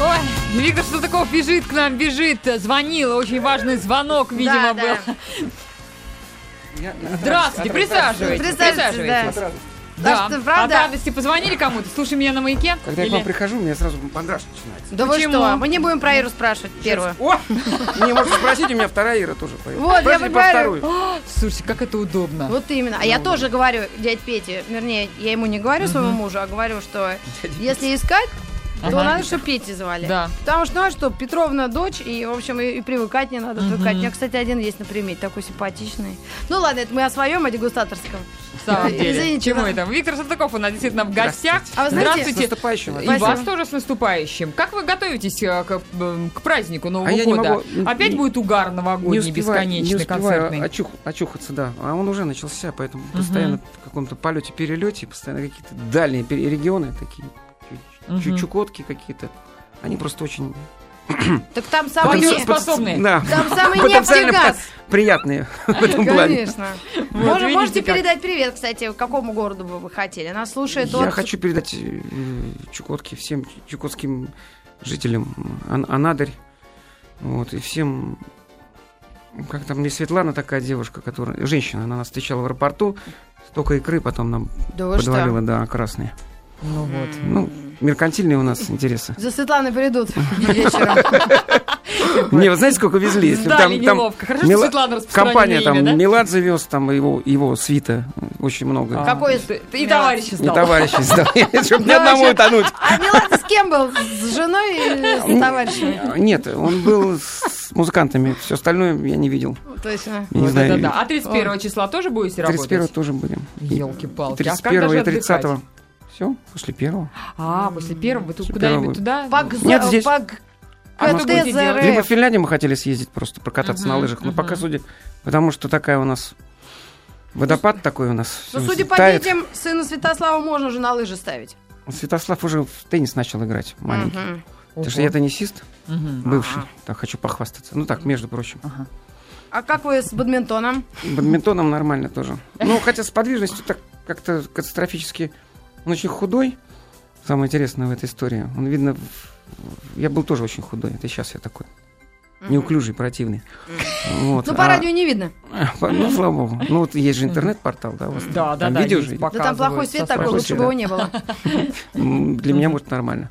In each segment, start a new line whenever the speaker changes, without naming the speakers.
Ой, Виктор Сутаков бежит к нам, бежит, звонил, очень важный звонок, видимо,
Да,
был.
да.
Здравствуйте, присаживайтесь.
Присаживайтесь,
присаживайтесь.
От радости.
Да.
Так что, правда-
От радости позвонили кому-то? Слушай меня на маяке?
Когда я
Или-
к вам прихожу, у меня сразу мандраж начинается.
Да вы
Почему?
что? Мы не будем про Иру спрашивать первую.
О! Не, можете спросить, у меня вторая Ира тоже появилась.
Вот, я
Спросите
вот
про
говорю.
вторую.
А, Слушайте, как это удобно.
Вот именно. А я тоже говорю дядь Пете, вернее, я ему не говорю своему мужу, а говорю, что если искать, то
Ага.
надо, чтобы Пети звали.
Да.
Потому что, ну а что, Петровна дочь, и, в общем, и, и привыкать не надо, привыкать. У меня, кстати, один есть на примете, такой симпатичный. Ну ладно, это мы о своем, о дегустаторском.
В самом деле.
Извините,
Чему
да.
это? Виктор Салтыков у нас действительно в гостях.
А вы знаете-
С
Здравствуйте.
наступающим вас.
И
Спасибо.
вас тоже с наступающим. Как вы готовитесь э, к, м, к празднику Нового
А я не
года?
могу-
Опять
не-
будет угар новогодний, бесконечный,
не успеваю А
концертный.
очух- очухаться, да. А он уже начался, поэтому
Мгм.
постоянно в каком-то полете, перелете, постоянно какие-то дальние пере- регионы такие, чу- чу-
Мгм.
чукотки какие-то. Они просто очень...
Так там самый,
Потом-
не-
потом- способны.
Да.
там самый
Потенциально
нефтегаз.
по- приятные в этом плане.
Конечно.
Вот,
Мож-
видите
можете
как.
передать привет, кстати, какому городу бы вы хотели? Нас слушает
Я
от-
хочу передать э, Чукотке, всем чу- чукотским жителям Ан- Анадырь. Вот, и всем... Как там мне Светлана такая девушка, которая... Женщина, она нас встречала в аэропорту. Столько икры потом нам
Да вы
подвалила,
что?
да, красные.
Ну вот.
Ну, меркантильные у нас интересы.
За Светланой придут вечером.
Не, вы знаете, сколько везли? Если бы
Да,
там, там
неловко. Хорошо, что
Мила-
Светлана распространила
компания, там
имя, да?
Меладзе вез, там его, его свита очень много.
А,
Какой-
ты- ты И товарищ
Не
стал.
товарищи сдал, чтобы ни одному
Товарищи.
ну, утонуть.
А Милан с кем был? С женой или
Ну.
с товарищами?
А Нет, он был с музыкантами, все остальное я не видел.
Точно.
Я не
Вот
знаю,
это да. А 31 числа тоже будете
31
работать? А
тоже будем.
Елки-палки.
31 и 30
-го.
Все, после первого.
А, после первого тут
После
куда-нибудь
первого.
туда?
Пак
Нет,
за-
здесь.
пак-
А
КТЗР.
что будете делать?
Либо в Финляндию мы хотели съездить просто прокататься на
Мгм,
лыжах, но
мгм.
пока судя, потому что такая у нас водопад такой у нас.
Ну,
всё
судя по
тает.
детям, сына Святослава можно уже на лыжи ставить.
Святослав уже в теннис начал играть маленький.
Мгм.
Потому что
Ого.
я теннисист
Мгм.
бывший,
Ага.
так хочу похвастаться. Ну так, между прочим.
Ага.
А как вы с бадминтоном?
Бадминтоном нормально тоже. Ну, хотя с подвижностью так как-то катастрофически... Он очень худой. Самое интересное в этой истории. Он, видно, в- я был тоже очень худой. Это сейчас я такой. Неуклюжий, противный. Вот.
Ну, по
А-
радио не видно.
по- Ну, слава богу. Ну, вот есть же интернет-портал, да, у вас
Да,
там
да, да.
видео
здесь
же идет.
Да там
показывают
плохой свет
со
такой,
плохой
лучше
свет,
бы его
да.
не было.
М, Для меня, может, нормально.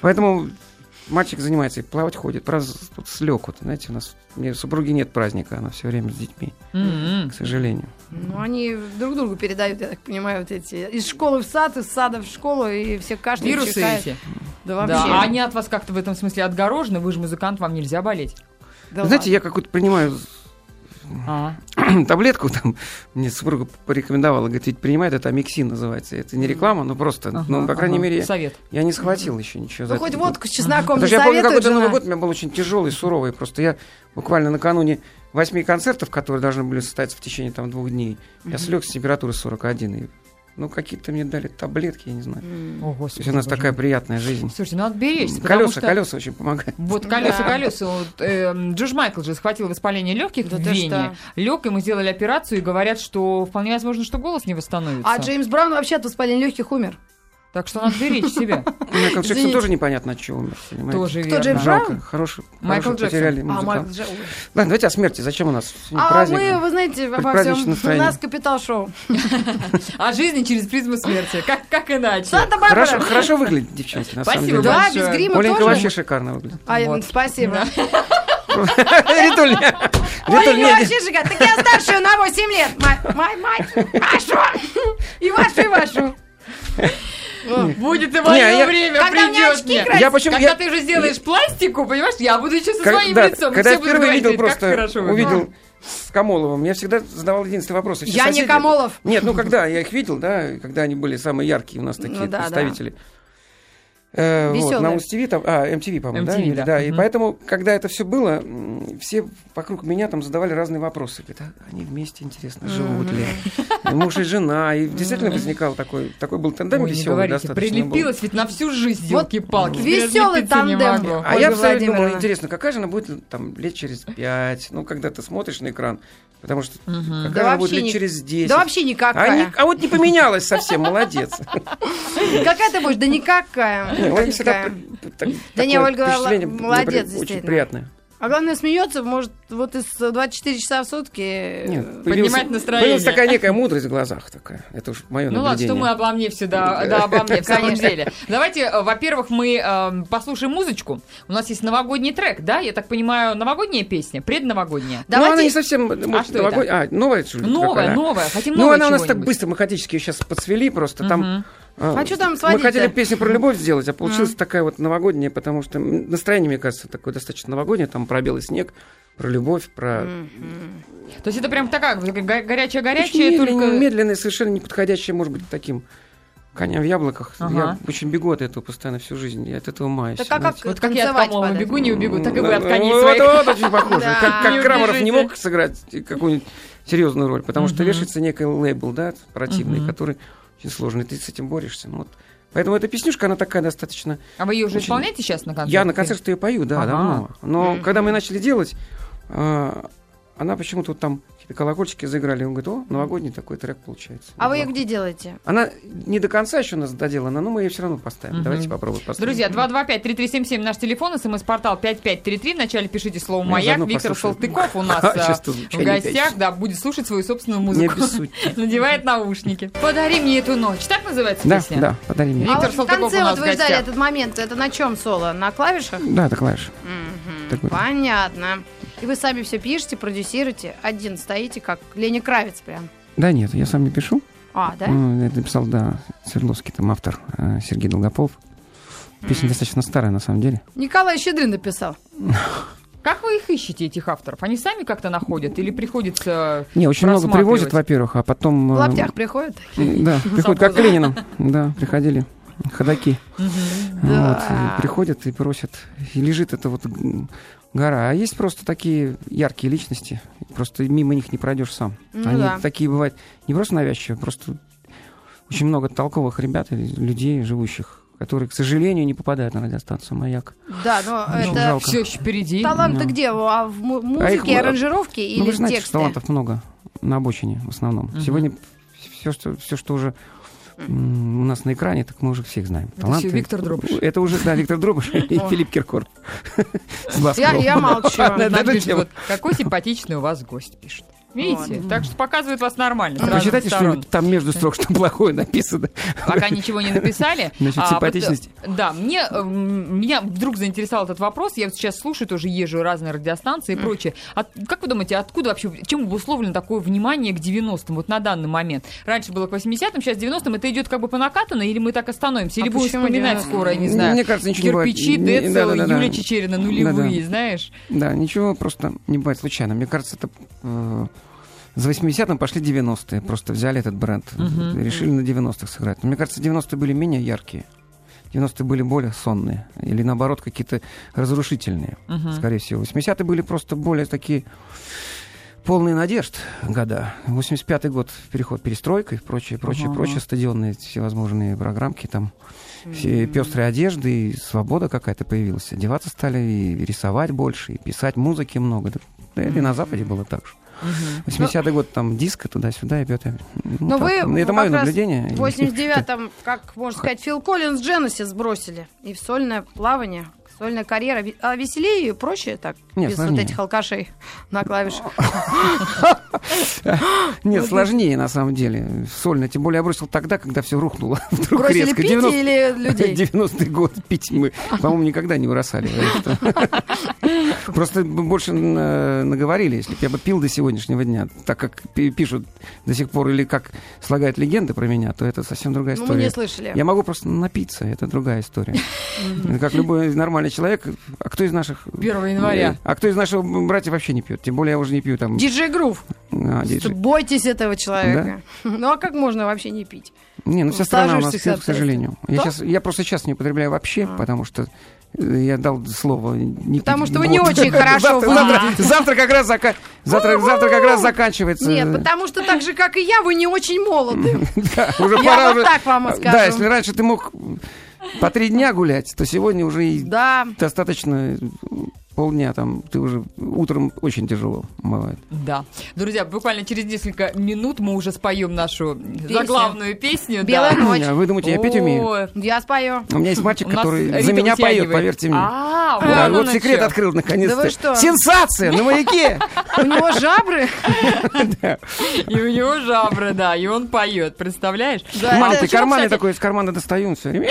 Поэтому мальчик занимается и плавать ходит. Правда, с- тут слег. Вот, знаете, у нас у меня супруги нет праздника, она все время с детьми,
М-м.
к сожалению.
Ну, они друг другу передают, я так понимаю, вот эти. Из школы в сад, из сада в школу, и все кашляют.
Вирусы
чихают.
эти.
Да
Да. А
вообще.
они от вас как-то в этом смысле отгорожены. Вы же музыкант, вам нельзя болеть.
Да
Вы знаете, я какую-то принимаю
А.
таблетку, там мне супруга порекомендовала, говорит, ведь принимает, это амиксин называется. Это не реклама, но просто,
Ага,
ну, по крайней
ага.
мере, я-
Совет.
я не схватил еще ничего. за
Ну, хоть
это.
водку с чесноком
Потому
не
что я помню,
советует
какой-то Новый
жена.
год у меня был очень тяжелый, суровый. Просто я буквально накануне восьми концертов, которые должны были состояться в течение там двух дней, я слег с температуры 41. И, ну, какие-то мне дали таблетки, я не знаю.
О,
То
Господи.
есть у нас
боже
такая
мой.
приятная жизнь.
Слушайте, надо беречься, потому
колеса,
что...
колеса очень помогают.
Вот колеса,
Да.
колеса. Вот, эм, Джордж Майкл же схватил воспаление легких
Да
в
ты
Вене.
что?
Лег, ему сделали операцию и говорят, что вполне возможно, что голос не восстановится.
А Джеймс Браун вообще от воспаления легких умер.
Так что надо беречь себя.
Майкл Джексон
Извините.
тоже непонятно от чего умер, понимаете?
Тоже
Кто
верно.
Джеймс
Жалко,
Браун?
хороший,
Майкл
хороший
Джексон.
потеряли
А,
музыкант.
Майкл Дж- ой.
Ладно, давайте о смерти. Зачем у нас сегодня
А
праздник?
мы, вы знаете, обо
Предпраздничное
всем. У
настроение.
нас капитал-шоу.
А жизни через призму смерти. Как, как иначе?
Хорошо,
Санта-Барбара.
хорошо выглядит, девчонки, на
Спасибо
самом деле.
Да,
большое.
без грима
Оленька
тоже.
вообще шикарно выглядит.
А,
Вот.
Спасибо.
Ритуль, Ритуль,
Оленька
нет,
вообще шикарно. Так я старше её на 8 лет. Май- Май, май, Машу. И вашу, и вашу. О.
Будет и мое
Не, я-
время,
Когда у меня
придет
очки
мне.
красят.
Я почему-
Когда
я-
ты уже сделаешь пластику, понимаешь, я буду еще со
Как-
своим
да,
лицом. и
Когда
все
я
будут
впервые
говорить,
видел
«Как хорошо
просто,
вы
увидел с Камоловым, я всегда задавал единственный вопрос. Все
Я не
соседи-
Камолов.
Нет, ну когда я их видел, да, когда они были самые яркие у нас такие
Ну да,
представители. Э, вот,
Весёлые.
на MTV, там, а, MTV, по-моему, да?
MTV,
или-
да.
и
Мгм.
поэтому, когда это все было, м, все вокруг меня там задавали разные вопросы. Говорят, а они вместе, интересно, живут ли? И муж и жена. И действительно возникал такой, такой был тандем
Ой, не
веселый
говорите,
достаточно. был.
прилепилась ведь на всю жизнь,
Вот
елки-палки.
весёлый
Теперь разлепиться не
тандем.
могу.
А
Ольга
я все время думал,
Владимировна.
интересно, какая же она будет там лет через пять, ну, когда ты смотришь на экран, потому что
Мгм.
какая
Да
она будет
вообще
лет
не-
через десять.
Да вообще
а, не-
никакая.
а вот не поменялась совсем, молодец.
Какая ты будешь? Да никакая.
Не, Ольга всегда
Какая?
при- так-
Да не,
такое
Ольга
впечатление,
Ла-
при-
молодец,
Очень
действительно.
приятное.
А главное, смеется, может, вот из 24 часа в сутки...
Нет,
э,
появилась-
Поднимать настроение.
Появилась такая некая мудрость в глазах такая. Это уж мое
Ну ладно,
наблюдение.
что мы обо мне все, да, да, обо мне в самом
Конечно.
деле. Давайте, э, во-первых, мы эм, послушаем музычку. У нас есть новогодний трек, да? Я так понимаю, новогодняя песня, предновогодняя.
Ну, она
Давайте-
не совсем... может,
что это?
новогод- А, новая, что ли,
Новая,
какая?
новая. Хотим
Ну,
новое
она у нас так
чего-нибудь.
быстро, мы хаотически сейчас подсвели просто.
Мгм.
Там,
А чё там
Мы
сводить-то?
хотели песню про любовь сделать, а получилась такая вот новогодняя, потому что м, настроение, мне кажется, такое достаточно новогоднее. Там про белый снег, про любовь, про...
То есть это прям такая го- горячая-горячая,
Очень медленный,
только...
медленный, совершенно не подходящий, может быть, к таким коням в яблоках.
Ага.
Я очень бегу от этого постоянно всю жизнь. Я от этого маюсь.
Так а
знаете.
как
Вот как я от
танцевать
Камова
под это?
бегу, не убегу, так и вы от
Ну,
коней
вот,
своих.
Вот, очень похоже.
Да.
Как,
Не
как Крамаров не
убежите.
мог сыграть какую-нибудь серьезную роль, потому что
Мгм.
вешается некий лейбл, да, противный,
Мгм.
который очень сложный, ты с этим борешься. Ну, вот. Поэтому эта песнюшка, она такая достаточно...
А вы ее уже
Очень-
исполняете сейчас на концерте?
Я на концерт ее пою, да,
Ага.
давно. Но
Мгм.
когда мы начали делать, а, она почему-то вот там какие-то колокольчики заиграли, и он говорит, о, новогодний такой трек получается.
А вы ее
Неплохо.
где делаете?
Она не до конца еще у нас доделана, но мы ее все равно поставим.
Мгм.
Давайте попробуем поставить.
Друзья, 225-3377 наш телефон, смс-портал 5533. Вначале пишите слово
Я
«Маяк».
заодно
Виктор
послушаю.
Салтыков у нас
ну, Сейчас
э,
тут
в
звучание
гостях,
пятницы.
да, будет слушать свою собственную
Не
музыку.
обессудьте.
Надевает наушники. Подари мне эту ночь. Так называется
Да,
песня?
да, подари мне.
Виктор
а вот в
Салтыков у
конце
нас
вот
в
вы ждали
гостях.
этот момент. Это на чем соло? На клавишах?
Да, это клавиш.
Мгм,
Такой.
Понятно. И вы сами все пишете, продюсируете. Один стоите, как Лени Кравец прям.
Да нет, я сам не пишу.
А, да?
Ну, Это написал, да, Свердловский, там автор э, Сергей Долгопов. Песня достаточно старая, на самом деле.
Николай Щедрин написал.
Как вы их ищете, этих авторов? Они сами как-то находят или приходится...
Не, очень много
Просматривать.
привозят, во-первых, а потом...
В
э,
лаптях приходит.
м, Да, приходят, как к Ленину. Да, приходили ходаки.
Да.
Вот, и приходят и просят. И лежит эта вот г- гора. А есть просто такие яркие личности. Просто мимо них не пройдешь сам.
Ну
Они
да.
такие бывают не просто навязчивые, просто очень много толковых ребят, и людей, живущих, которые, к сожалению, не попадают на радиостанцию «Маяк».
Да, но
Очень
это...
Ну, жалко.
Все еще ну, впереди.
Таланты
Да.
где? А в му-
А их
музыке,
мало.
аранжировке
ну,
или
вы
в
же знаете,
тексте?
что талантов много на обочине в основном.
Мгм.
Сегодня все что, все, что уже м, у нас на экране, так мы уже всех знаем.
Это всё Виктор Дробыш.
Это уже, да, Виктор Дробыш и
О.
Филипп Киркоров. С Басковым.
Я, я молчу.
Нам
даже
пишут,
тема.
вот, какой симпатичный у вас гость, пишет. Видите? Так что показывают вас нормально.
А
с разных
Почитайте
сторон.
что-нибудь там между строк, что плохое написано.
Пока ничего не написали.
Значит,
А,
симпатичность.
вот, э, да, мне, эм, меня вдруг заинтересовал этот вопрос. Я вот сейчас слушаю, тоже езжу разные радиостанции и прочее. От- как вы думаете, откуда вообще, чем обусловлено такое внимание к 90-м вот на данный момент? Раньше было к 80-м, сейчас к 90-м. Это идет как бы по накатанной, или мы так остановимся? Или
А
будем
почему
вспоминать
90-е?
скоро, я не знаю.
Мне кажется, ничего не бывает.
Кирпичи,
Не-
Децл,
да-да-да-да.
Юля Чечерина, нулевые,
Да-да.
знаешь?
Да, ничего просто не бывает случайно. Мне кажется, это э, за 80-м пошли 90-е. Просто взяли этот бренд,
Мгм.
э, решили на 90-х сыграть. Но мне кажется, 90-е были менее яркие. 90-е были более сонные. Или наоборот, какие-то разрушительные,
Мгм.
скорее всего. 80-е были просто более такие полные надежд года. 85-й год переход перестройкой, прочее, прочее,
Ага.
прочее. Стадионные всевозможные программки там. Все пестрые одежды, и свобода какая-то появилась. Одеваться стали, и рисовать больше, и писать музыки много. Да, да и на Западе было так же. 80-й год там диско туда-сюда и пьет.
Ну, Но вы
Ну это
как
мое
раз
наблюдение.
В 89-м, как можно сказать, Фил Коллинз Дженнесис сбросили. И в сольное плавание, сольная карьера. Ви- А веселее и проще так,
Не,
без
сложнее.
вот этих алкашей на клавишах.
Нет, сложнее на самом деле. Сольно. Тем более я бросил тогда, когда все рухнуло. Вдруг
Бросили
резко.
пить
90
или людей?
90-й год пить мы, по-моему, никогда не бросали. Просто бы больше на- наговорили, если бы я бы пил до сегодняшнего дня, так как пи- пишут до сих пор или как слагают легенды про меня, то это совсем другая
Ну, мы не
история.
слышали.
Я могу просто напиться, это другая история. Это Как любой нормальный человек, а кто из наших...
1 января.
А кто из наших братьев вообще не пьет? Тем более я уже не пью там...
Диджей Грув.
а, диджей.
Бойтесь этого человека. Ну, а как можно вообще не пить?
Не, ну вся страна у нас
Сажусь,
пьет, к
соответственно.
сожалению. Я,
Да?
сейчас, я просто сейчас не употребляю вообще,
А.
потому что э, я дал слово не
Потому
пить
что вы не
год.
очень хорошо
завтра, завтра-
выглядите.
завтра как раз зака- завтра, завтра как раз заканчивается.
Нет, потому что так же, как и я, вы не очень молоды.
Да, уже
Я
пора
вот
уже-
так вам и скажу.
Да, если раньше ты мог по три дня гулять, то сегодня уже и
Да.
достаточно полдня, там ты уже утром очень тяжело бывает.
Да. Друзья, буквально через несколько минут мы уже споем нашу заглавную песню.
Белая
да.
ночь.
А вы думаете, я петь умею?
Ой,
Я спою.
У меня есть мальчик,
у нас
который за
ритм
меня поет,
втягивает.
поверьте мне.
А,
Да,
вон оно
вот
на
секрет
чё.
открыл наконец-то.
Да вы что?
Сенсация на маяке.
У него жабры.
И у него жабры, да, и он поет, представляешь?
Да,
Мам,
это
ты
чё,
карманы
кстати,
такой из кармана достаю. всё время.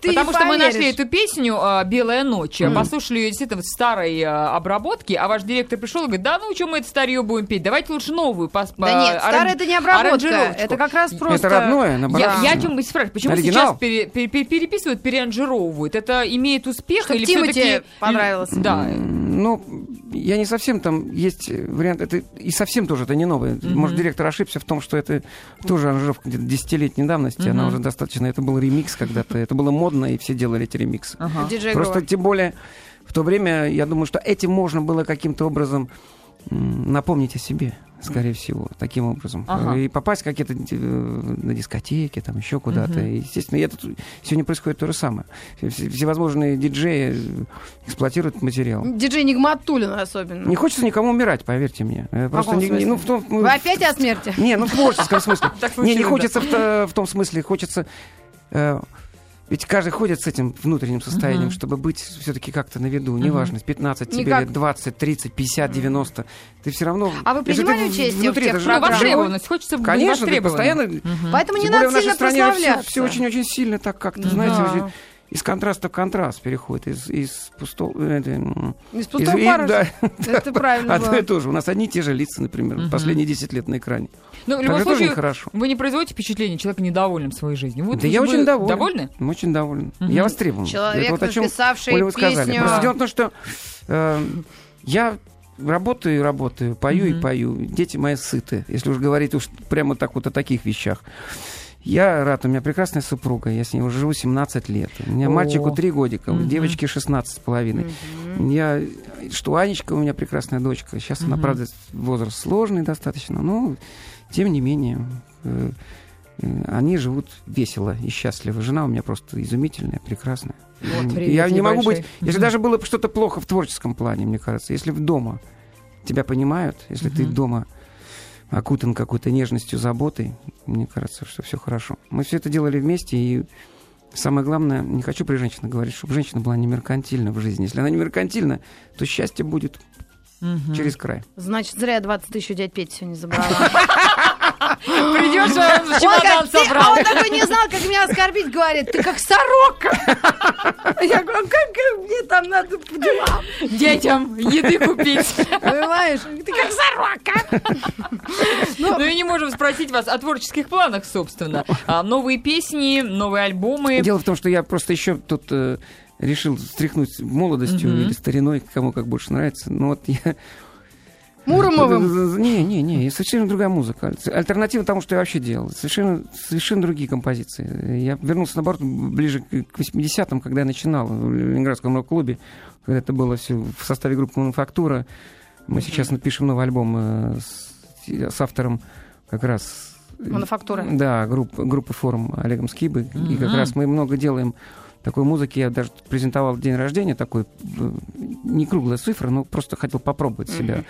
Ты не
Потому что мы
поверишь.
нашли эту песню а, «Белая ночь»,
Мгм.
послушали ее действительно в старой а, обработке, а ваш директор пришел и говорит, да ну что мы это старье будем петь, давайте лучше новую. пос-
Да
а,
нет, старая
аран-
это не обработка.
аранжировочку».
Это как раз просто...
Это родное, наоборот.
Я, я о чем спрашиваю, почему
Оригинал?
сейчас пере- пере- пере- переписывают, переанжировывают? Это имеет успех
Чтоб
или
Тимати
все-таки...
понравилось.
Да.
М, Ну, я не совсем там есть вариант. Это и совсем тоже это не новое.
Мгм.
Может, директор ошибся в том, что это тоже аранжировка где-то десятилетней давности. Она
Мгм.
уже достаточно. Это был ремикс когда-то. Это было модно, и все делали эти ремиксы.
Ага.
Диджей
Просто
Грова.
тем более в то время, я думаю, что этим можно было каким-то образом м, напомнить о себе, скорее всего, таким образом.
Ага.
И попасть какие-то э, на дискотеки, там еще куда-то.
Мгм.
И, Естественно, и это тут- сегодня происходит то же самое. Все- все- Всевозможные диджеи э, эксплуатируют материал.
Ну,
Диджей Нигматуллин особенно.
Не хочется никому умирать, поверьте мне. Э, Просто
каком
не- не- ну, в том,
Вы опять о смерти?
не, ну в творческом смысле.
Так
Не, не
случилось,
хочется в, то- в том смысле, хочется. э, ведь каждый ходит с этим внутренним состоянием,
Мгм.
чтобы быть все-таки как-то на виду. Неважно, 15 тебе
Никак.
лет, 20, 30, 50, 90. Ты все равно...
А вы
Если ты
принимали
в-
участие в
внутри,
тех
это же
Про
программах?
живой.
востребованность. Хочется быть
Конечно, ты
востребованным.
постоянно...
Мгм.
Поэтому не
Тем более
надо
в нашей
сильно
стране все,
прославляться.
очень-очень сильно так как-то,
Ну
знаете,
да.
из контраста в контраст переходит. Из, из пустого... э, это, м,
Из
из-
пустого
и-
пара.
да,
Это правильно
одно и
было.
то же. У нас одни и те же лица, например,
Мгм.
последние 10 лет на экране.
Ну, в
Так
любом
это тоже
случае,
нехорошо.
вы не производите впечатление человека недовольным своей жизнью. Вот
да
вы
я
же
очень
бы-
доволен.
Довольны?
Очень доволен.
Мгм.
Я востребован.
Человек,
Это вот о чем
написавший
Оля вы сказали.
песню.
Просто
Да.
дело в том, что э, я работаю и работаю, пою
Мгм.
и пою. Дети мои сыты, если уж говорить уж прямо так вот о таких вещах. Я рад, у меня прекрасная супруга, я с ней уже живу 17 лет. У меня
О.
мальчику 3 годика, у
Мгм.
девочке 16 с половиной.
Мгм.
Я, что Анечка у меня прекрасная дочка. Сейчас она,
Мгм.
правда, возраст сложный достаточно, но тем не менее э, э, они живут весело и счастливо. Жена у меня просто изумительная, прекрасная.
Вот, привет
я не могу
небольшой.
быть, если даже было бы что-то плохо в творческом плане, мне кажется, если в дома тебя понимают, если ты
Мгм.
дома окутан какой-то нежностью, заботой, мне кажется, что все хорошо. Мы все это делали вместе и Самое главное, не хочу при женщинах говорить, чтобы женщина была не меркантильна в жизни. Если она не меркантильна, то счастье будет
Мгм.
через край.
Значит, зря я 20 тысяч у дядь Пети сегодня забрала.
Придешь, а он
Он
чемодан
как- ты-
собрал.
а он такой не знал, как меня оскорбить, говорит, ты как сорока. Я говорю, «А как как мне там надо по делам?»
Детям еды купить.
Понимаешь? Ты как сорока.
Ну и не можем спросить вас о творческих планах, собственно. А, Новые песни, новые альбомы.
Дело в том, что я просто еще тут э, решил стряхнуть молодостью
Мгм.
или стариной, кому как больше нравится. Но вот я...
Муромовым.
Не, не, не, совершенно другая музыка. Альтернатива тому, что я вообще делал. Совершенно, совершенно другие композиции. Я вернулся, наоборот, ближе к 80-м, когда я начинал в Ленинградском рок-клубе, когда это было все в составе группы «Мануфактура». Мы сейчас напишем новый альбом э, с, с автором как раз...
Мануфактура.
Да, групп, группы «Форум» Олегом Скибы. И как
Мгм.
раз мы много делаем такой музыки. Я даже презентовал день рождения, такой, э, не круглая цифра, но просто хотел попробовать себя,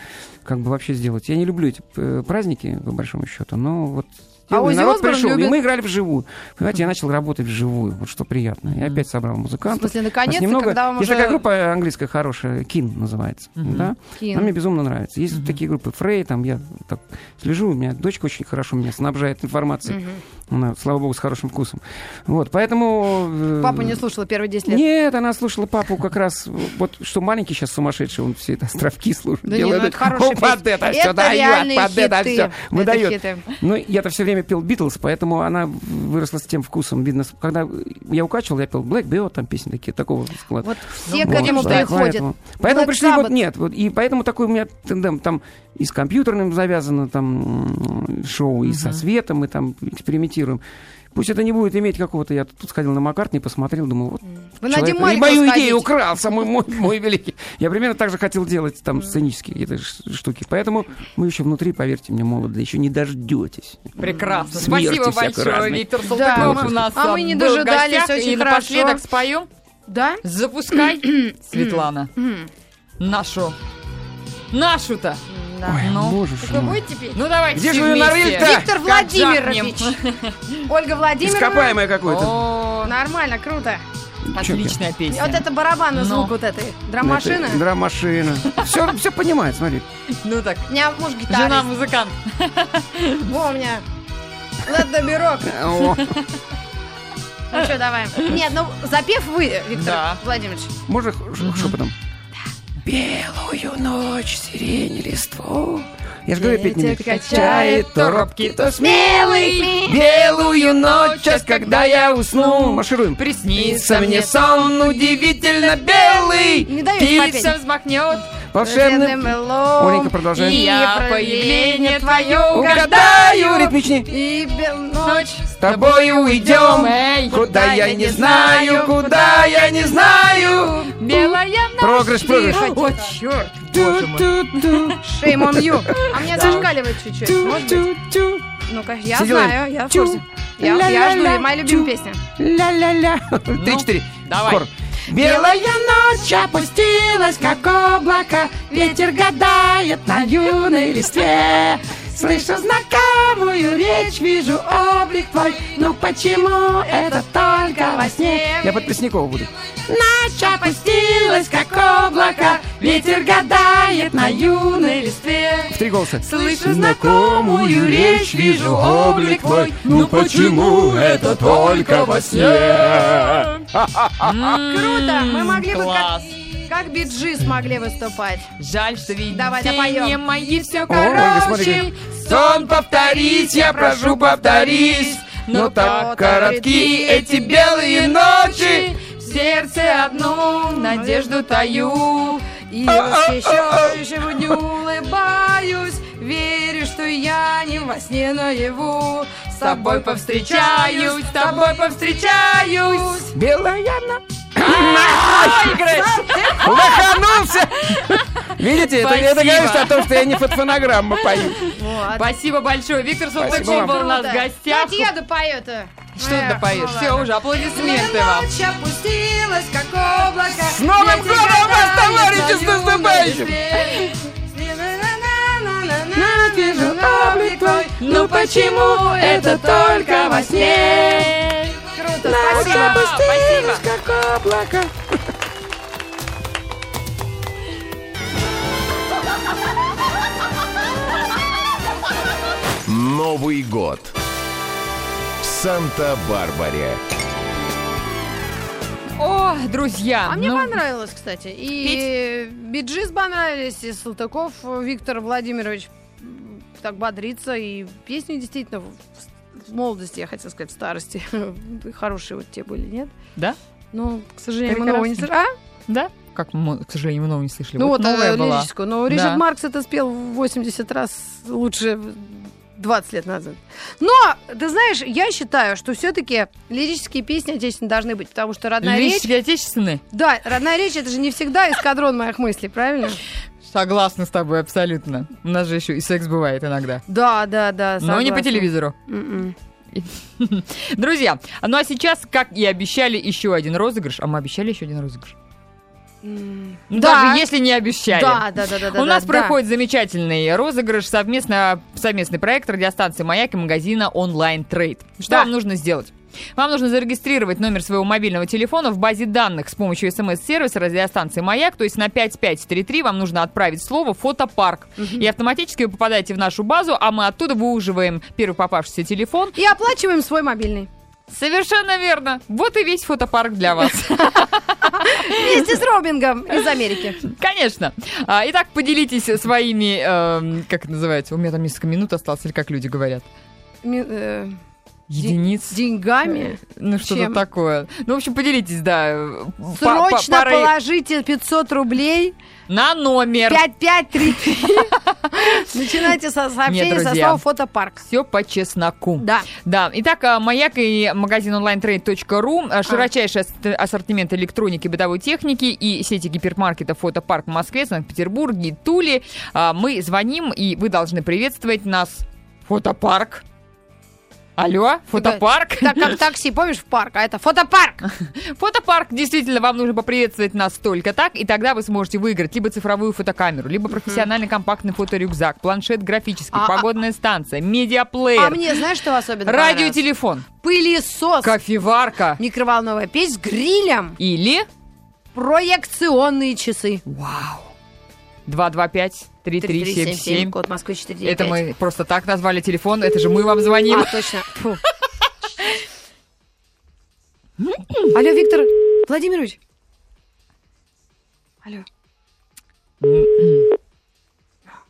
как бы вообще сделать. Я не люблю эти э, праздники, по большому счету, но вот...
А
делаю, и
Оззи
народ
Осборн
пришел, и
любит.
мы играли вживую. Понимаете, я начал работать вживую, вот что приятно. Я
Мгм.
опять собрал
В
музыкантов.
смысле,
У нас
наконец-то, когда вам
Есть
уже...
такая группа английская хорошая, Кин называется,
Мгм.
да?
Кин.
Она мне безумно нравится. Есть
Мгм.
такие группы Фрей, там я так слежу, у меня дочка очень хорошо меня снабжает информацией.
Мгм.
Она, слава богу, с хорошим вкусом. Вот, поэтому... э,
Папа не слушала первые 10 лет.
Нет, она слушала папу как раз, вот что маленький сейчас сумасшедший, он все это островки слушает.
Да не, ну
делает.
это хорошая
«О, под
песня.
это всё
Это
даю,
реальные
под это
хиты.
всё выдает».
хиты.
Ну, я-то все время пел Битлз, поэтому она выросла с тем вкусом. Видно, с- когда я укачивал, я пел Black Bear, там песни такие, такого склада.
Вот все
Ну,
к этому
вот, да,
приходят.
Поэтому, поэтому
Black
пришли
Sabbath.
вот нет. Вот, и поэтому такой у меня тендем там и с компьютерным завязано там м, шоу, и со
Мгм.
светом, мы там экспериментируем. Пусть это не будет иметь какого-то... Я тут сходил на Маккартни, посмотрел, думал, вот
Вы на
человек-
Ди
и
Марика
мою
сходите.
идею украл, самый мой, мой великий. Я примерно так же хотел делать там сценические какие-то ш- штуки. Поэтому мы еще внутри, поверьте мне, молоды, еще не дождетесь.
Прекрасно.
Смерти
Спасибо
всякой
большое,
разной.
Виктор
Да,
Салтыков
мы-
у нас.
а мы
э,
не
был в
дожидались,
гостях.
очень
И напоследок
хорошо.
споем.
Да?
Запускай, Светлана.
М.
Нашу. Нашу-то.
Да.
Ой,
Ну.
боже
Так
ж
вы
мой.
будете петь?
Ну давайте
Где
все
же вы
вместе.
нарыли-то?
Виктор
Как жахнем.
Владимирович. Ольга Владимировна.
Ископаемое какое-то.
О,
Нормально, круто.
Чё
Отличная песня.
Вот это барабанный
Ну.
звук вот этой драмашины.
Это Драм-машина. Все, все понимает, смотри.
Ну так,
У меня муж гитарист.
жена музыкант.
Во, у меня. Ладно, бирок.
О,
Ну что, давай. Нет, ну запев вы, Виктор
Да.
Владимирович.
можно ш- шепотом? Белую ночь, сирень листву. Я же говорю, петь не
Ветер
умею.
качает то робкий, то смелый.
Белую ночь, час, когда я усну. Маршируем.
Приснится
Снится мне
мне
сон удивительно белый.
Не дают попеть.
Птица взмахнет,
волшебным... Оленька,
мелом.
и
продолжай.
я
И
появление
проявление
твое
Угадаю ритмичнее.
И бел- ночь.
Ночь.
С тобою идем.
Эй,
Куда я не знаю, куда я не знаю.
белая ночь.
Прогресс, прогресс.
О, черт, боже мой.
Ту-ту-ту,
Shame on you. А меня зашкаливает чуть-чуть. Может быть?
ту-ту-ту,
Ну, конечно, я
Все делаем.
знаю, я в
Тю.
курсе. Я, я
Ля-ля-ля.
жду, моя любимая
Тю.
песня.
Ля-ля-ля. Три-четыре.
давай.
Хор. Белая ночь опустилась, как облако, Ветер гадает на юной листве. Слышу знакомую речь, вижу облик твой, Ну почему это только во сне? Я под Преснякова буду. Ночь опустилась, как облако, Ветер гадает на юной листве. В три голоса.
Слышу
Знакомую речь вижу облик твой, ну почему это только во сне?
Круто,
Круто,
мы могли бы как,
класс.
как биджи смогли выступать.
Жаль, что видите,
Давай, допоем.
мои все
Ольга, смотри,
короче.
Сон повторить, я прошу повторись, но так коротки эти белые ночи.
В сердце одну надежду таю.
И
А,
восхищаюсь сегодня улыбаюсь, верю, что я не во сне наяву.
С тобой повстречаюсь, с тобой повстречаюсь.
Белая Лоханулся! Видите, это,
Спасибо.
это говорит о том, что я не под фонограмму пою.
Вот.
Спасибо большое. Виктор
Спасибо
Салтыков
вам.
был у нас в
Круто.
гостях.
Давайте я допою то
Что ты поешь? Все, уже аплодисменты вам.
Ночь опустилась, как облако.
С Новым
Ветер
годом вас,
гадает
товарищи, с
на юной
наступающим!
листве. На-на-на-на-на-на.
Нас вижу облик твой, ну почему это только во сне?
Круто,
Нас
спасибо.
опустилось, как облако.
Новый год в Санта-Барбаре.
О, друзья.
А мне
ну,
понравилось, кстати. И биджиз понравились, и Салтыков Виктор Владимирович м, так бодрится, и песни действительно в в молодости, я хотела сказать, в старости. Хорошие вот те были, нет?
Да?
Ну, к сожалению, мы
Прекрасно.
нового не слышали. А?
Да? Как мы, к сожалению, мы нового не слышали.
Ну вот, э,
новая была.
лирическую. Но Ричард
Да.
Маркс это спел 80 раз лучше 20 лет назад. Но, ты знаешь, я считаю, что все-таки лирические песни отечественные должны быть, потому что родная речь...
Лирические отечественные?
Да, родная речь, это же не всегда эскадрон моих мыслей, правильно?
Согласна с тобой абсолютно. У нас же еще и секс бывает иногда.
Да, да, да.
Но не по
согласна. М-м.
телевизору.
Мгм.
Друзья, ну а сейчас, как и обещали, еще один розыгрыш. А мы обещали еще один розыгрыш.
М,
Ну,
Да.
Даже если не обещали.
Да, да, да, да. да,
У нас
да.
проходит замечательный розыгрыш, совместно, совместный проект радиостанции «Маяк» и магазина «Онлайн Трейд». Что
Да.
вам нужно сделать? Вам нужно зарегистрировать номер своего мобильного телефона в базе данных с помощью смс-сервиса радиостанции «Маяк», то есть на 5533 вам нужно отправить слово «фотопарк». И автоматически вы попадаете в нашу базу, а мы оттуда выуживаем первый попавшийся телефон.
И оплачиваем свой мобильный.
Совершенно верно. Вот и весь фотопарк для вас.
Вместе с роумингом из Америки.
Конечно. А, Итак, поделитесь своими, эм, как это называется, у меня там несколько минут осталось, или как люди говорят,
Ми- э,
единиц.
С деньгами.
Ну, что-то
Чем?
такое. Ну, в общем, поделитесь, да. э, па- па-
Срочно
парой
положите 500 рублей
На номер.
5533. Начинайте со сообщения со
друзья.
слова фотопарк.
Все по чесноку.
Да.
Да. Итак, а, маяк и магазин онлайнтрейд.ру, а, широчайший ас- ассортимент электроники, бытовой техники и сети гипермаркетов «Фотопарк» в Москве, Санкт-Петербурге, и Туле. А, Мы звоним, и вы должны приветствовать нас. Фотопарк. Алло, фотопарк?
Так как такси, помнишь, в парк, а это фотопарк.
Фотопарк, действительно, вам нужно поприветствовать нас только так, и тогда вы сможете выиграть либо цифровую фотокамеру, либо профессиональный компактный фоторюкзак, планшет графический,
А- а-
погодная станция, медиаплеер,
А мне, знаешь, что особенно понравилось?
радиотелефон,
Пылесос,
кофеварка
микроволновая печь с грилем,
или...
проекционные часы.
Вау! 225-3377.
3377, код Москвы 495.
Это мы просто так назвали телефон, это же мы вам звоним.
А, точно. Фу. Алло, Виктор Владимирович. Алло.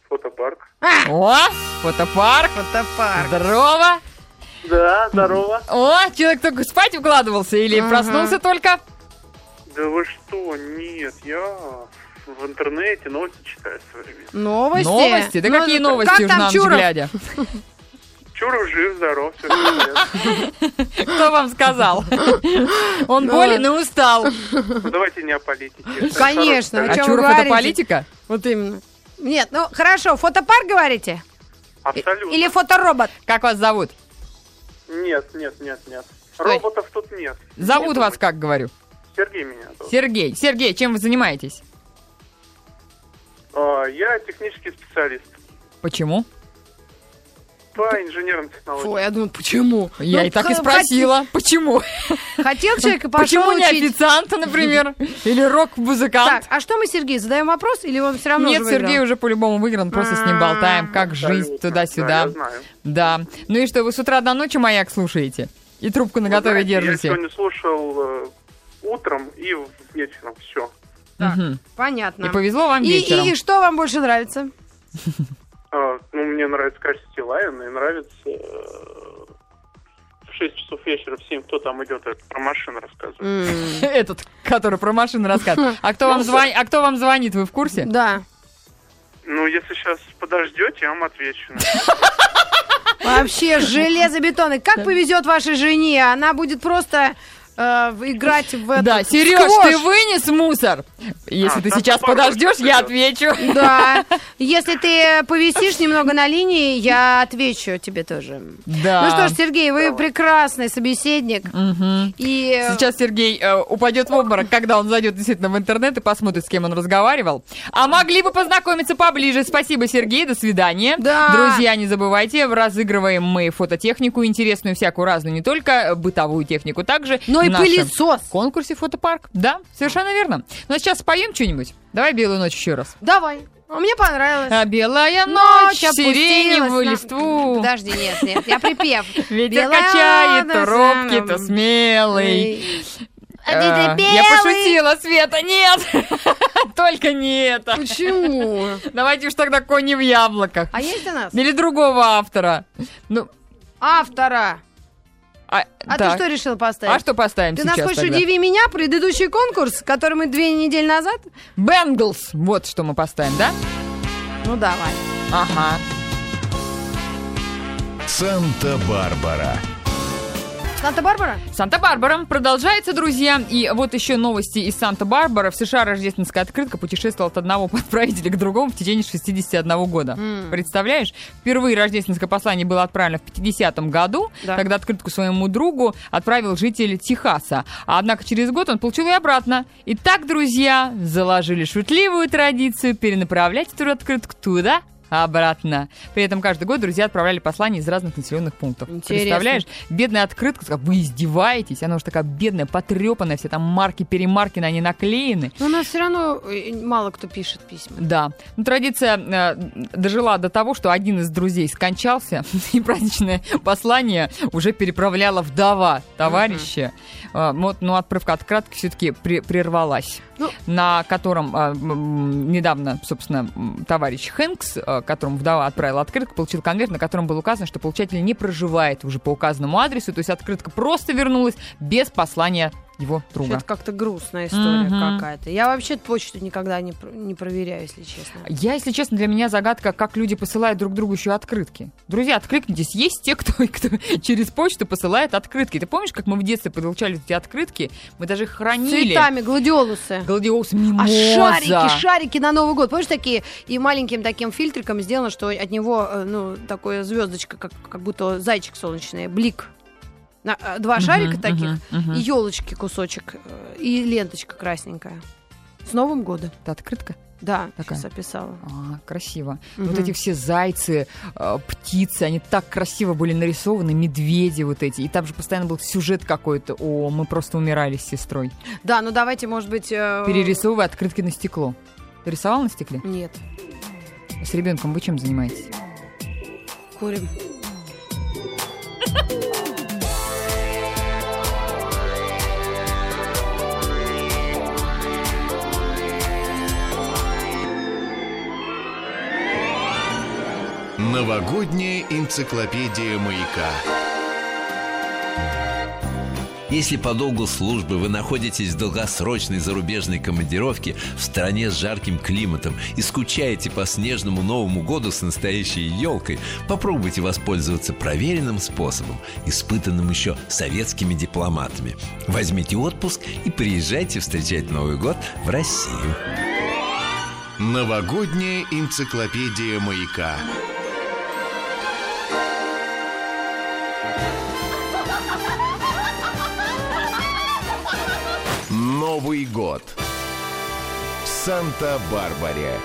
Фотопарк.
О, фотопарк.
Фотопарк.
Здорово.
Да, здорово.
О, человек только спать укладывался или
Ага.
проснулся только?
Да вы что, нет, я в интернете новости читаю все время.
Новости?
Новости? Да
Ну,
какие
ну,
новости
Как
уж
там
нам
Чуров?
глядя?
Чуров жив, здоров, все Ну,
Кто вам сказал? Он
Ну
болен и устал.
Ну, Давайте не о политике.
Конечно.
А
Хорошая-
чё вы
Чуров это
говорите?
политика?
Вот именно. Нет, ну хорошо, фотопарк говорите?
Абсолютно.
Или фоторобот?
Как вас зовут?
Нет, нет, нет, нет. Роботов тут нет.
Зовут
Не
вас
думайте.
как, говорю?
Сергей меня зовут.
Сергей. Сергей, чем вы занимаетесь?
А, Я технический специалист
Почему?
по инженерным технологиям.
Фу, я думаю, почему?
Я
Ну,
и так и
х-
спросила. Почему?
хот- Хотел человек и пошел
Ну, Почему не
учить.
официант, например? Или
Так, ну
рок-музыкант?
а что мы Сергей задаем вопрос или он все равно
Нет,
уже выиграл?
Сергей уже по-любому выигран, просто с ним болтаем,
А,
как жизнь
Абсолютно. Да,
туда-сюда.
я знаю.
Да. Ну и что, вы с утра до ночи маяк слушаете? И трубку на готове
Вы знаете, Ну Я
держите?
сегодня слушал э, утром и вечером. Все.
Так.
Мгм.
Понятно.
И повезло вам
И-
вечером.
и- и что вам больше нравится?
А, ну, мне нравится, конечно, Стилайн, и нравится э, в 6 часов вечера, в 7, кто там идет, это про машины рассказывает.
Этот, который про машину рассказывает. А кто вам звонит? А кто вам звонит? Вы в курсе?
Да.
Ну, если сейчас подождете, я вам отвечу. на это.
Вообще железобетонный. Как повезет вашей жене, она будет просто э, в- играть в этот
Да,
в
Сереж, ты
сквош.
вынес мусор. Если
А,
ты
там
сейчас
пару
подождешь, я
раз
отвечу.
Да. Если ты повисишь немного на линии, я отвечу тебе тоже.
Да.
Ну что ж, Сергей, вы прекрасный собеседник.
Мгм.
И э,
Сейчас Сергей э, упадет в обморок, когда он зайдет действительно в интернет и посмотрит, с кем он разговаривал. А могли бы познакомиться поближе. Спасибо, Сергей, до свидания.
Да.
Друзья, не забывайте, разыгрываем мы фототехнику интересную, всякую разную, не только бытовую технику, также
но ну и
в нашем
пылесос.
конкурсе «Фотопарк». Да, совершенно верно. Ну а сейчас споем что-нибудь? Давай «Белую ночь» еще раз.
Давай. А Мне понравилось.
А белая ночь,
опустилась
сиреневую
на-
листву.
Подожди, нет, нет, я припев.
Ветер
Белая
качает, то
лада,
робкий, то
сам-
смелый.
Эй.
А,
А ты-то
Я
белый.
пошутила, Света, нет! Только не это.
Почему?
Давайте уж тогда кони в яблоках.
А есть у нас
Или другого автора. Ну,
автора?
а,
А
так.
ты что решила поставить?
А что поставим
Ты
сейчас
нас хочешь
тогда?
удиви меня, предыдущий конкурс, который мы две недели назад?
Бенглс. Вот что мы поставим, да?
Ну давай.
Ага.
Санта-Барбара.
Санта-Барбара?
Санта-Барбара продолжается, друзья. И вот еще новости из Санта-Барбара. В США рождественская открытка путешествовала от одного подправителя к другому в течение 61 года.
М.
Представляешь? Впервые рождественское послание было отправлено в 50 году.
Да.
Тогда открытку своему другу отправил житель Техаса. А, Однако через год он получил ее обратно. И так, друзья, заложили шутливую традицию перенаправлять эту открытку туда, обратно. При этом каждый год друзья отправляли послания из разных населенных пунктов.
Интересно.
Представляешь? Бедная открытка, сказала, вы издеваетесь, она уже такая бедная, потрепанная, все там марки-перемарки на ней наклеены.
Ну, у нас все равно э, мало кто пишет письма.
Да. Ну, традиция э, дожила до того, что один из друзей скончался, и праздничное послание уже переправляла вдова товарища. Э, вот, но отправка от кратки все-таки прервалась.
Ну.
На котором э, м, недавно, собственно, м, товарищ Хэнкс, э, которому вдова отправила открытку, получил конверт, на котором было указано, что получатель не проживает уже по указанному адресу. То есть открытка просто вернулась без послания его друга.
Это как-то грустная история
Мгм.
какая-то. Я вообще почту никогда не, пр- не проверяю, если честно.
Я, если честно, для меня загадка, как люди посылают друг другу еще открытки. Друзья, откликнитесь. Есть те, кто, кто через почту посылает открытки. Ты помнишь, как мы в детстве получали эти открытки? Мы даже их
С
хранили.
цветами, гладиолусы.
Гладиолус
А
мимоза.
шарики, шарики на Новый год. Помнишь, такие и маленьким таким фильтриком сделано, что от него, э, ну, такое звездочка, как, как будто зайчик солнечный, блик. На- э, два
Мгм,
шарика
мгм,
таких,
мгм.
и елочки кусочек, э, и ленточка красненькая. С Новым годом.
Это открытка?
Да,
Такая.
сейчас описала.
А, красиво.
Мгм.
Вот эти все зайцы, э, птицы, они так красиво были нарисованы, медведи вот эти. И там же постоянно был сюжет какой-то. О, мы просто умирали с сестрой.
Да, ну давайте, может быть... э,
Перерисовывай открытки на стекло. Ты рисовал на стекле?
Нет,
С ребенком вы чем занимаетесь?
курим.
Новогодняя энциклопедия маяка.
Если по долгу службы вы находитесь в долгосрочной зарубежной командировке в стране с жарким климатом и скучаете по снежному Новому году с настоящей елкой, попробуйте воспользоваться проверенным способом, испытанным еще советскими дипломатами. Возьмите отпуск и приезжайте встречать Новый год в Россию.
Новогодняя энциклопедия маяка. Новый год. В Санта-Барбаре.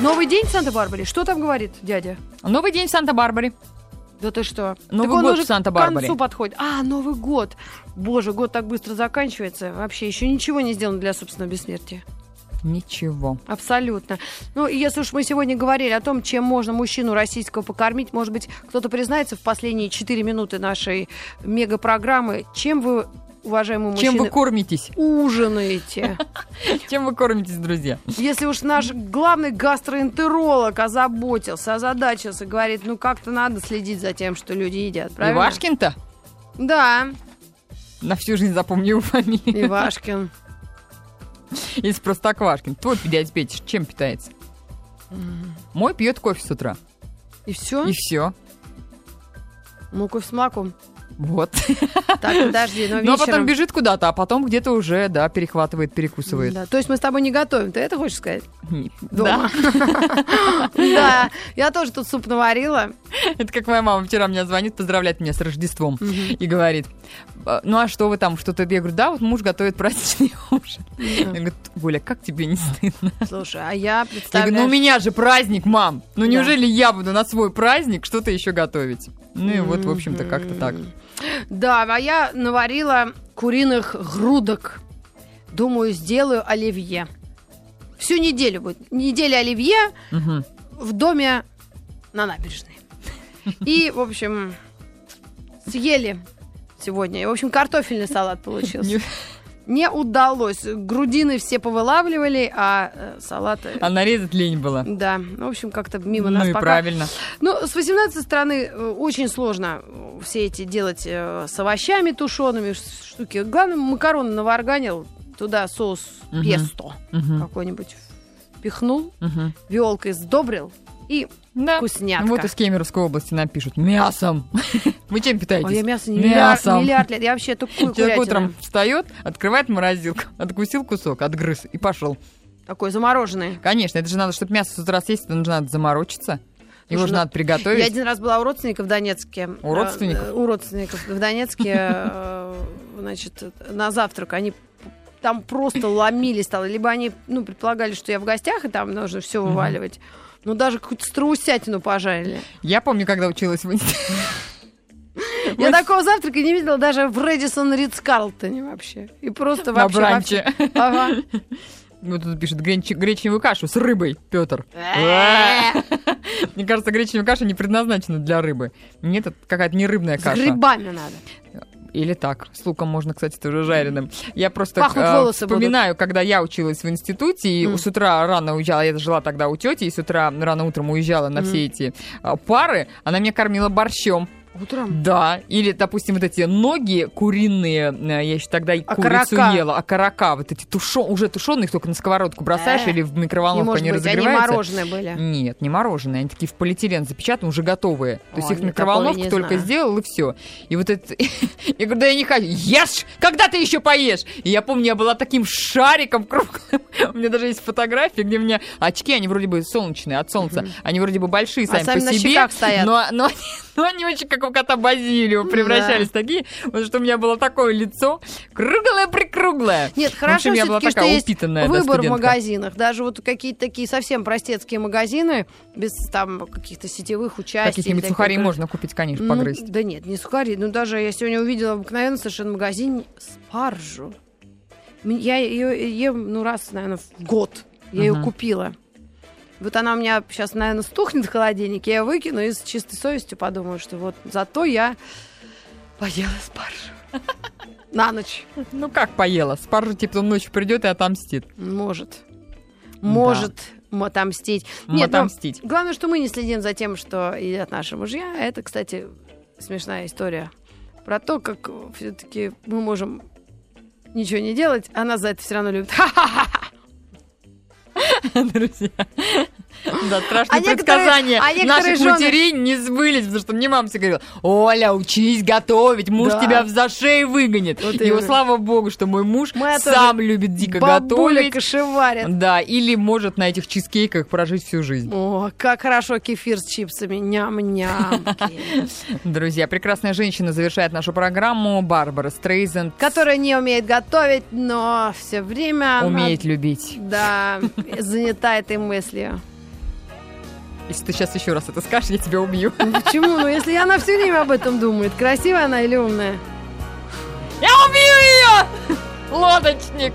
Новый день в Санта-Барбаре. Что там говорит дядя?
Новый день в Санта-Барбаре.
Да ты что?
Новый
Так он
год
уже
в Санта-Барбаре.
К концу подходит. А, Новый год. Боже, год так быстро заканчивается. Вообще еще ничего не сделано для собственного бессмертия.
Ничего.
Абсолютно. Ну, и если уж мы сегодня говорили о том, чем можно мужчину российского покормить, может быть, кто-то признается в последние 4 минуты нашей мега-программы, чем вы, уважаемые мужчины,
Чем вы кормитесь?
ужинаете?
Чем вы кормитесь, друзья?
Если уж наш главный гастроэнтеролог озаботился, озадачился, говорит, ну как-то надо следить за тем, что люди едят, правильно?
Ивашкин-то?
Да,
На всю жизнь запомни его фамилию.
Ивашкин.
Если просто Аквашкин. Твой дядя Петя чем питается? Мой пьет кофе с утра.
И все?
И все.
Муку с маком.
Вот.
Так, подожди, но
Ну, а потом
вечером...
бежит куда-то, а потом где-то уже, да, перехватывает, перекусывает.
Да, то есть мы с тобой не готовим, ты это хочешь сказать?
Да.
Да, я тоже тут суп наварила.
Это как моя мама вчера мне звонит, поздравляет меня с Рождеством и говорит, «А, ну а что вы там, что-то... Я говорю, да, вот муж готовит праздничный ужин. Она говорит, Гуля, как тебе не стыдно?
Слушай, а
Я
я
говорю, ну у
представляю...
меня же праздник, мам! Ну
Да.
неужели я буду на свой праздник что-то еще готовить? Ну и вот, в общем-то, как-то так.
Да, а я наварила куриных грудок. Думаю, сделаю оливье. Всю неделю будет. Неделя оливье
Мгм.
в доме на набережной. И, в общем, съели сегодня. И, в общем, картофельный салат получился.
Не-
Не удалось. Грудины все повылавливали, а э, салаты...
А нарезать лень была.
Да, в общем, как-то мимо
Ну
нас
и
пока.
правильно.
Ну, с 18 стороны э, очень сложно э, все эти делать э, с овощами тушеными ш- штуки. Главное, макароны наварганил, туда соус
Мгм.
песто
Мгм.
какой-нибудь пихнул,
Мгм.
вилкой сдобрил и
Да.
вкуснятка.
Ну Вот из Кемеровской области напишут. Мясом. Вы чем
Ой, я
питаетесь?
мясо не миллиард,
Мясом.
миллиард лет. Я вообще такую
Человек
курятину.
утром встает, открывает морозилку, откусил кусок, отгрыз и пошел.
Такой замороженный.
Конечно, это же надо, чтобы мясо с утра съесть, это нужно надо заморочиться. Его
Слушай,
же
ну,
надо
Я
приготовить.
один раз была у родственников в Донецке.
У родственников?
Э, э, У родственников в Донецке, э, значит, на завтрак они п- там просто ломили стало. Либо они, ну, предполагали, что я в гостях, и там нужно все вываливать. Ну, даже какую-то страусятину пожарили.
Я, помню, когда училась в институте.
Я такого завтрака не видела даже в Редисон Ридс Карлтоне вообще. И просто
На
вообще... вообще-
бранче.
Ага.
Вот тут пишет гренч- гречневую кашу с рыбой, Петр. Э, Мне кажется, гречневая каша не предназначена для рыбы. Нет, это какая-то не рыбная
С
каша.
грибами надо.
Или так. С луком можно, кстати, тоже жареным. Я просто
Пахнут
э,
волосы
вспоминаю, когда я училась в институте, и
Мгм.
с утра рано уезжала, я жила тогда у тети, и с утра рано утром уезжала на все эти э, пары, она меня кормила борщом.
Утром?
Да, или, допустим, вот эти ноги куриные, э, я еще тогда и
Окорока.
курицу ела, окорока, вот эти тушо, уже тушеные, их только на сковородку бросаешь
Э.
или в
Не
микроволновку
может
они
быть, они
разогреваются.
мороженые были.
Нет, не мороженое, они такие в полиэтилен запечатаны, уже готовые. То есть
Ой,
их в
я такого
микроволновку
не
только
знаю.
сделал, и все. И вот это... Я говорю, да я не хочу. Ешь! Когда ты еще поешь? И я помню, я была таким шариком круглым. У меня даже есть фотографии, где у меня очки, они вроде бы солнечные, от солнца. Они вроде бы большие сами
А сами
по
на
себе.
щеках стоят.
Но но они- но они очень как у кота Базилио превращались такие, потому что у меня было такое лицо круглое-прикруглое.
Нет,
В общем,
хорошо
я была
все-таки, что
такая
есть
упитанная да,
выбор в
студентка.
магазинах. Даже вот какие-то такие совсем простецкие магазины, без там каких-то сетевых участий.
Каких-нибудь
таких
сухарей
вот-
можно купить, конечно,
Ну,
погрызть.
да нет, не сухари. Ну, даже я сегодня увидела обыкновенный совершенно магазин спаржу. М, Я ее ем, ну, раз, наверное, в год. Я ее
Мгм.
купила. Вот она у меня сейчас, наверное, стухнет в холодильнике, я ее выкину и с чистой совестью подумаю, что вот зато я поела спаржу. На ночь.
Ну как поела? Спаржу, типа, он ночью придет и отомстит.
Может.
Да.
Может отомстить. Нет, ну,
отомстить.
главное, что мы не следим за тем, что едят наши мужья. Это, кстати, смешная история про то, как все-таки мы можем ничего не делать, а нас за это все равно любят. Ха-ха-ха.
Друзья. Да, страшные
А некоторые-
предсказания
а некоторые
наших
жены-
матерей не сбылись, потому что мне мама всегда говорила, Оля, учись готовить, муж
Да.
тебя в за шеи выгонит.
Вот
и
именно.
вот слава богу, что мой муж
Моя тоже
сам любит дико
Бабуля
готовить.
кошеварит.
Да, или может на этих чизкейках прожить всю жизнь.
О, как хорошо кефир с чипсами. Ням-ням.
Друзья, прекрасная женщина завершает нашу программу. Барбара Стрейзен
Которая не умеет готовить, но все время она,
умеет любить.
Да, занята этой мыслью.
Если ты сейчас еще раз это скажешь, я тебя убью.
Ну Почему? Ну, если она все время об этом думает, красивая она или умная?
Я убью ее! Лодочник!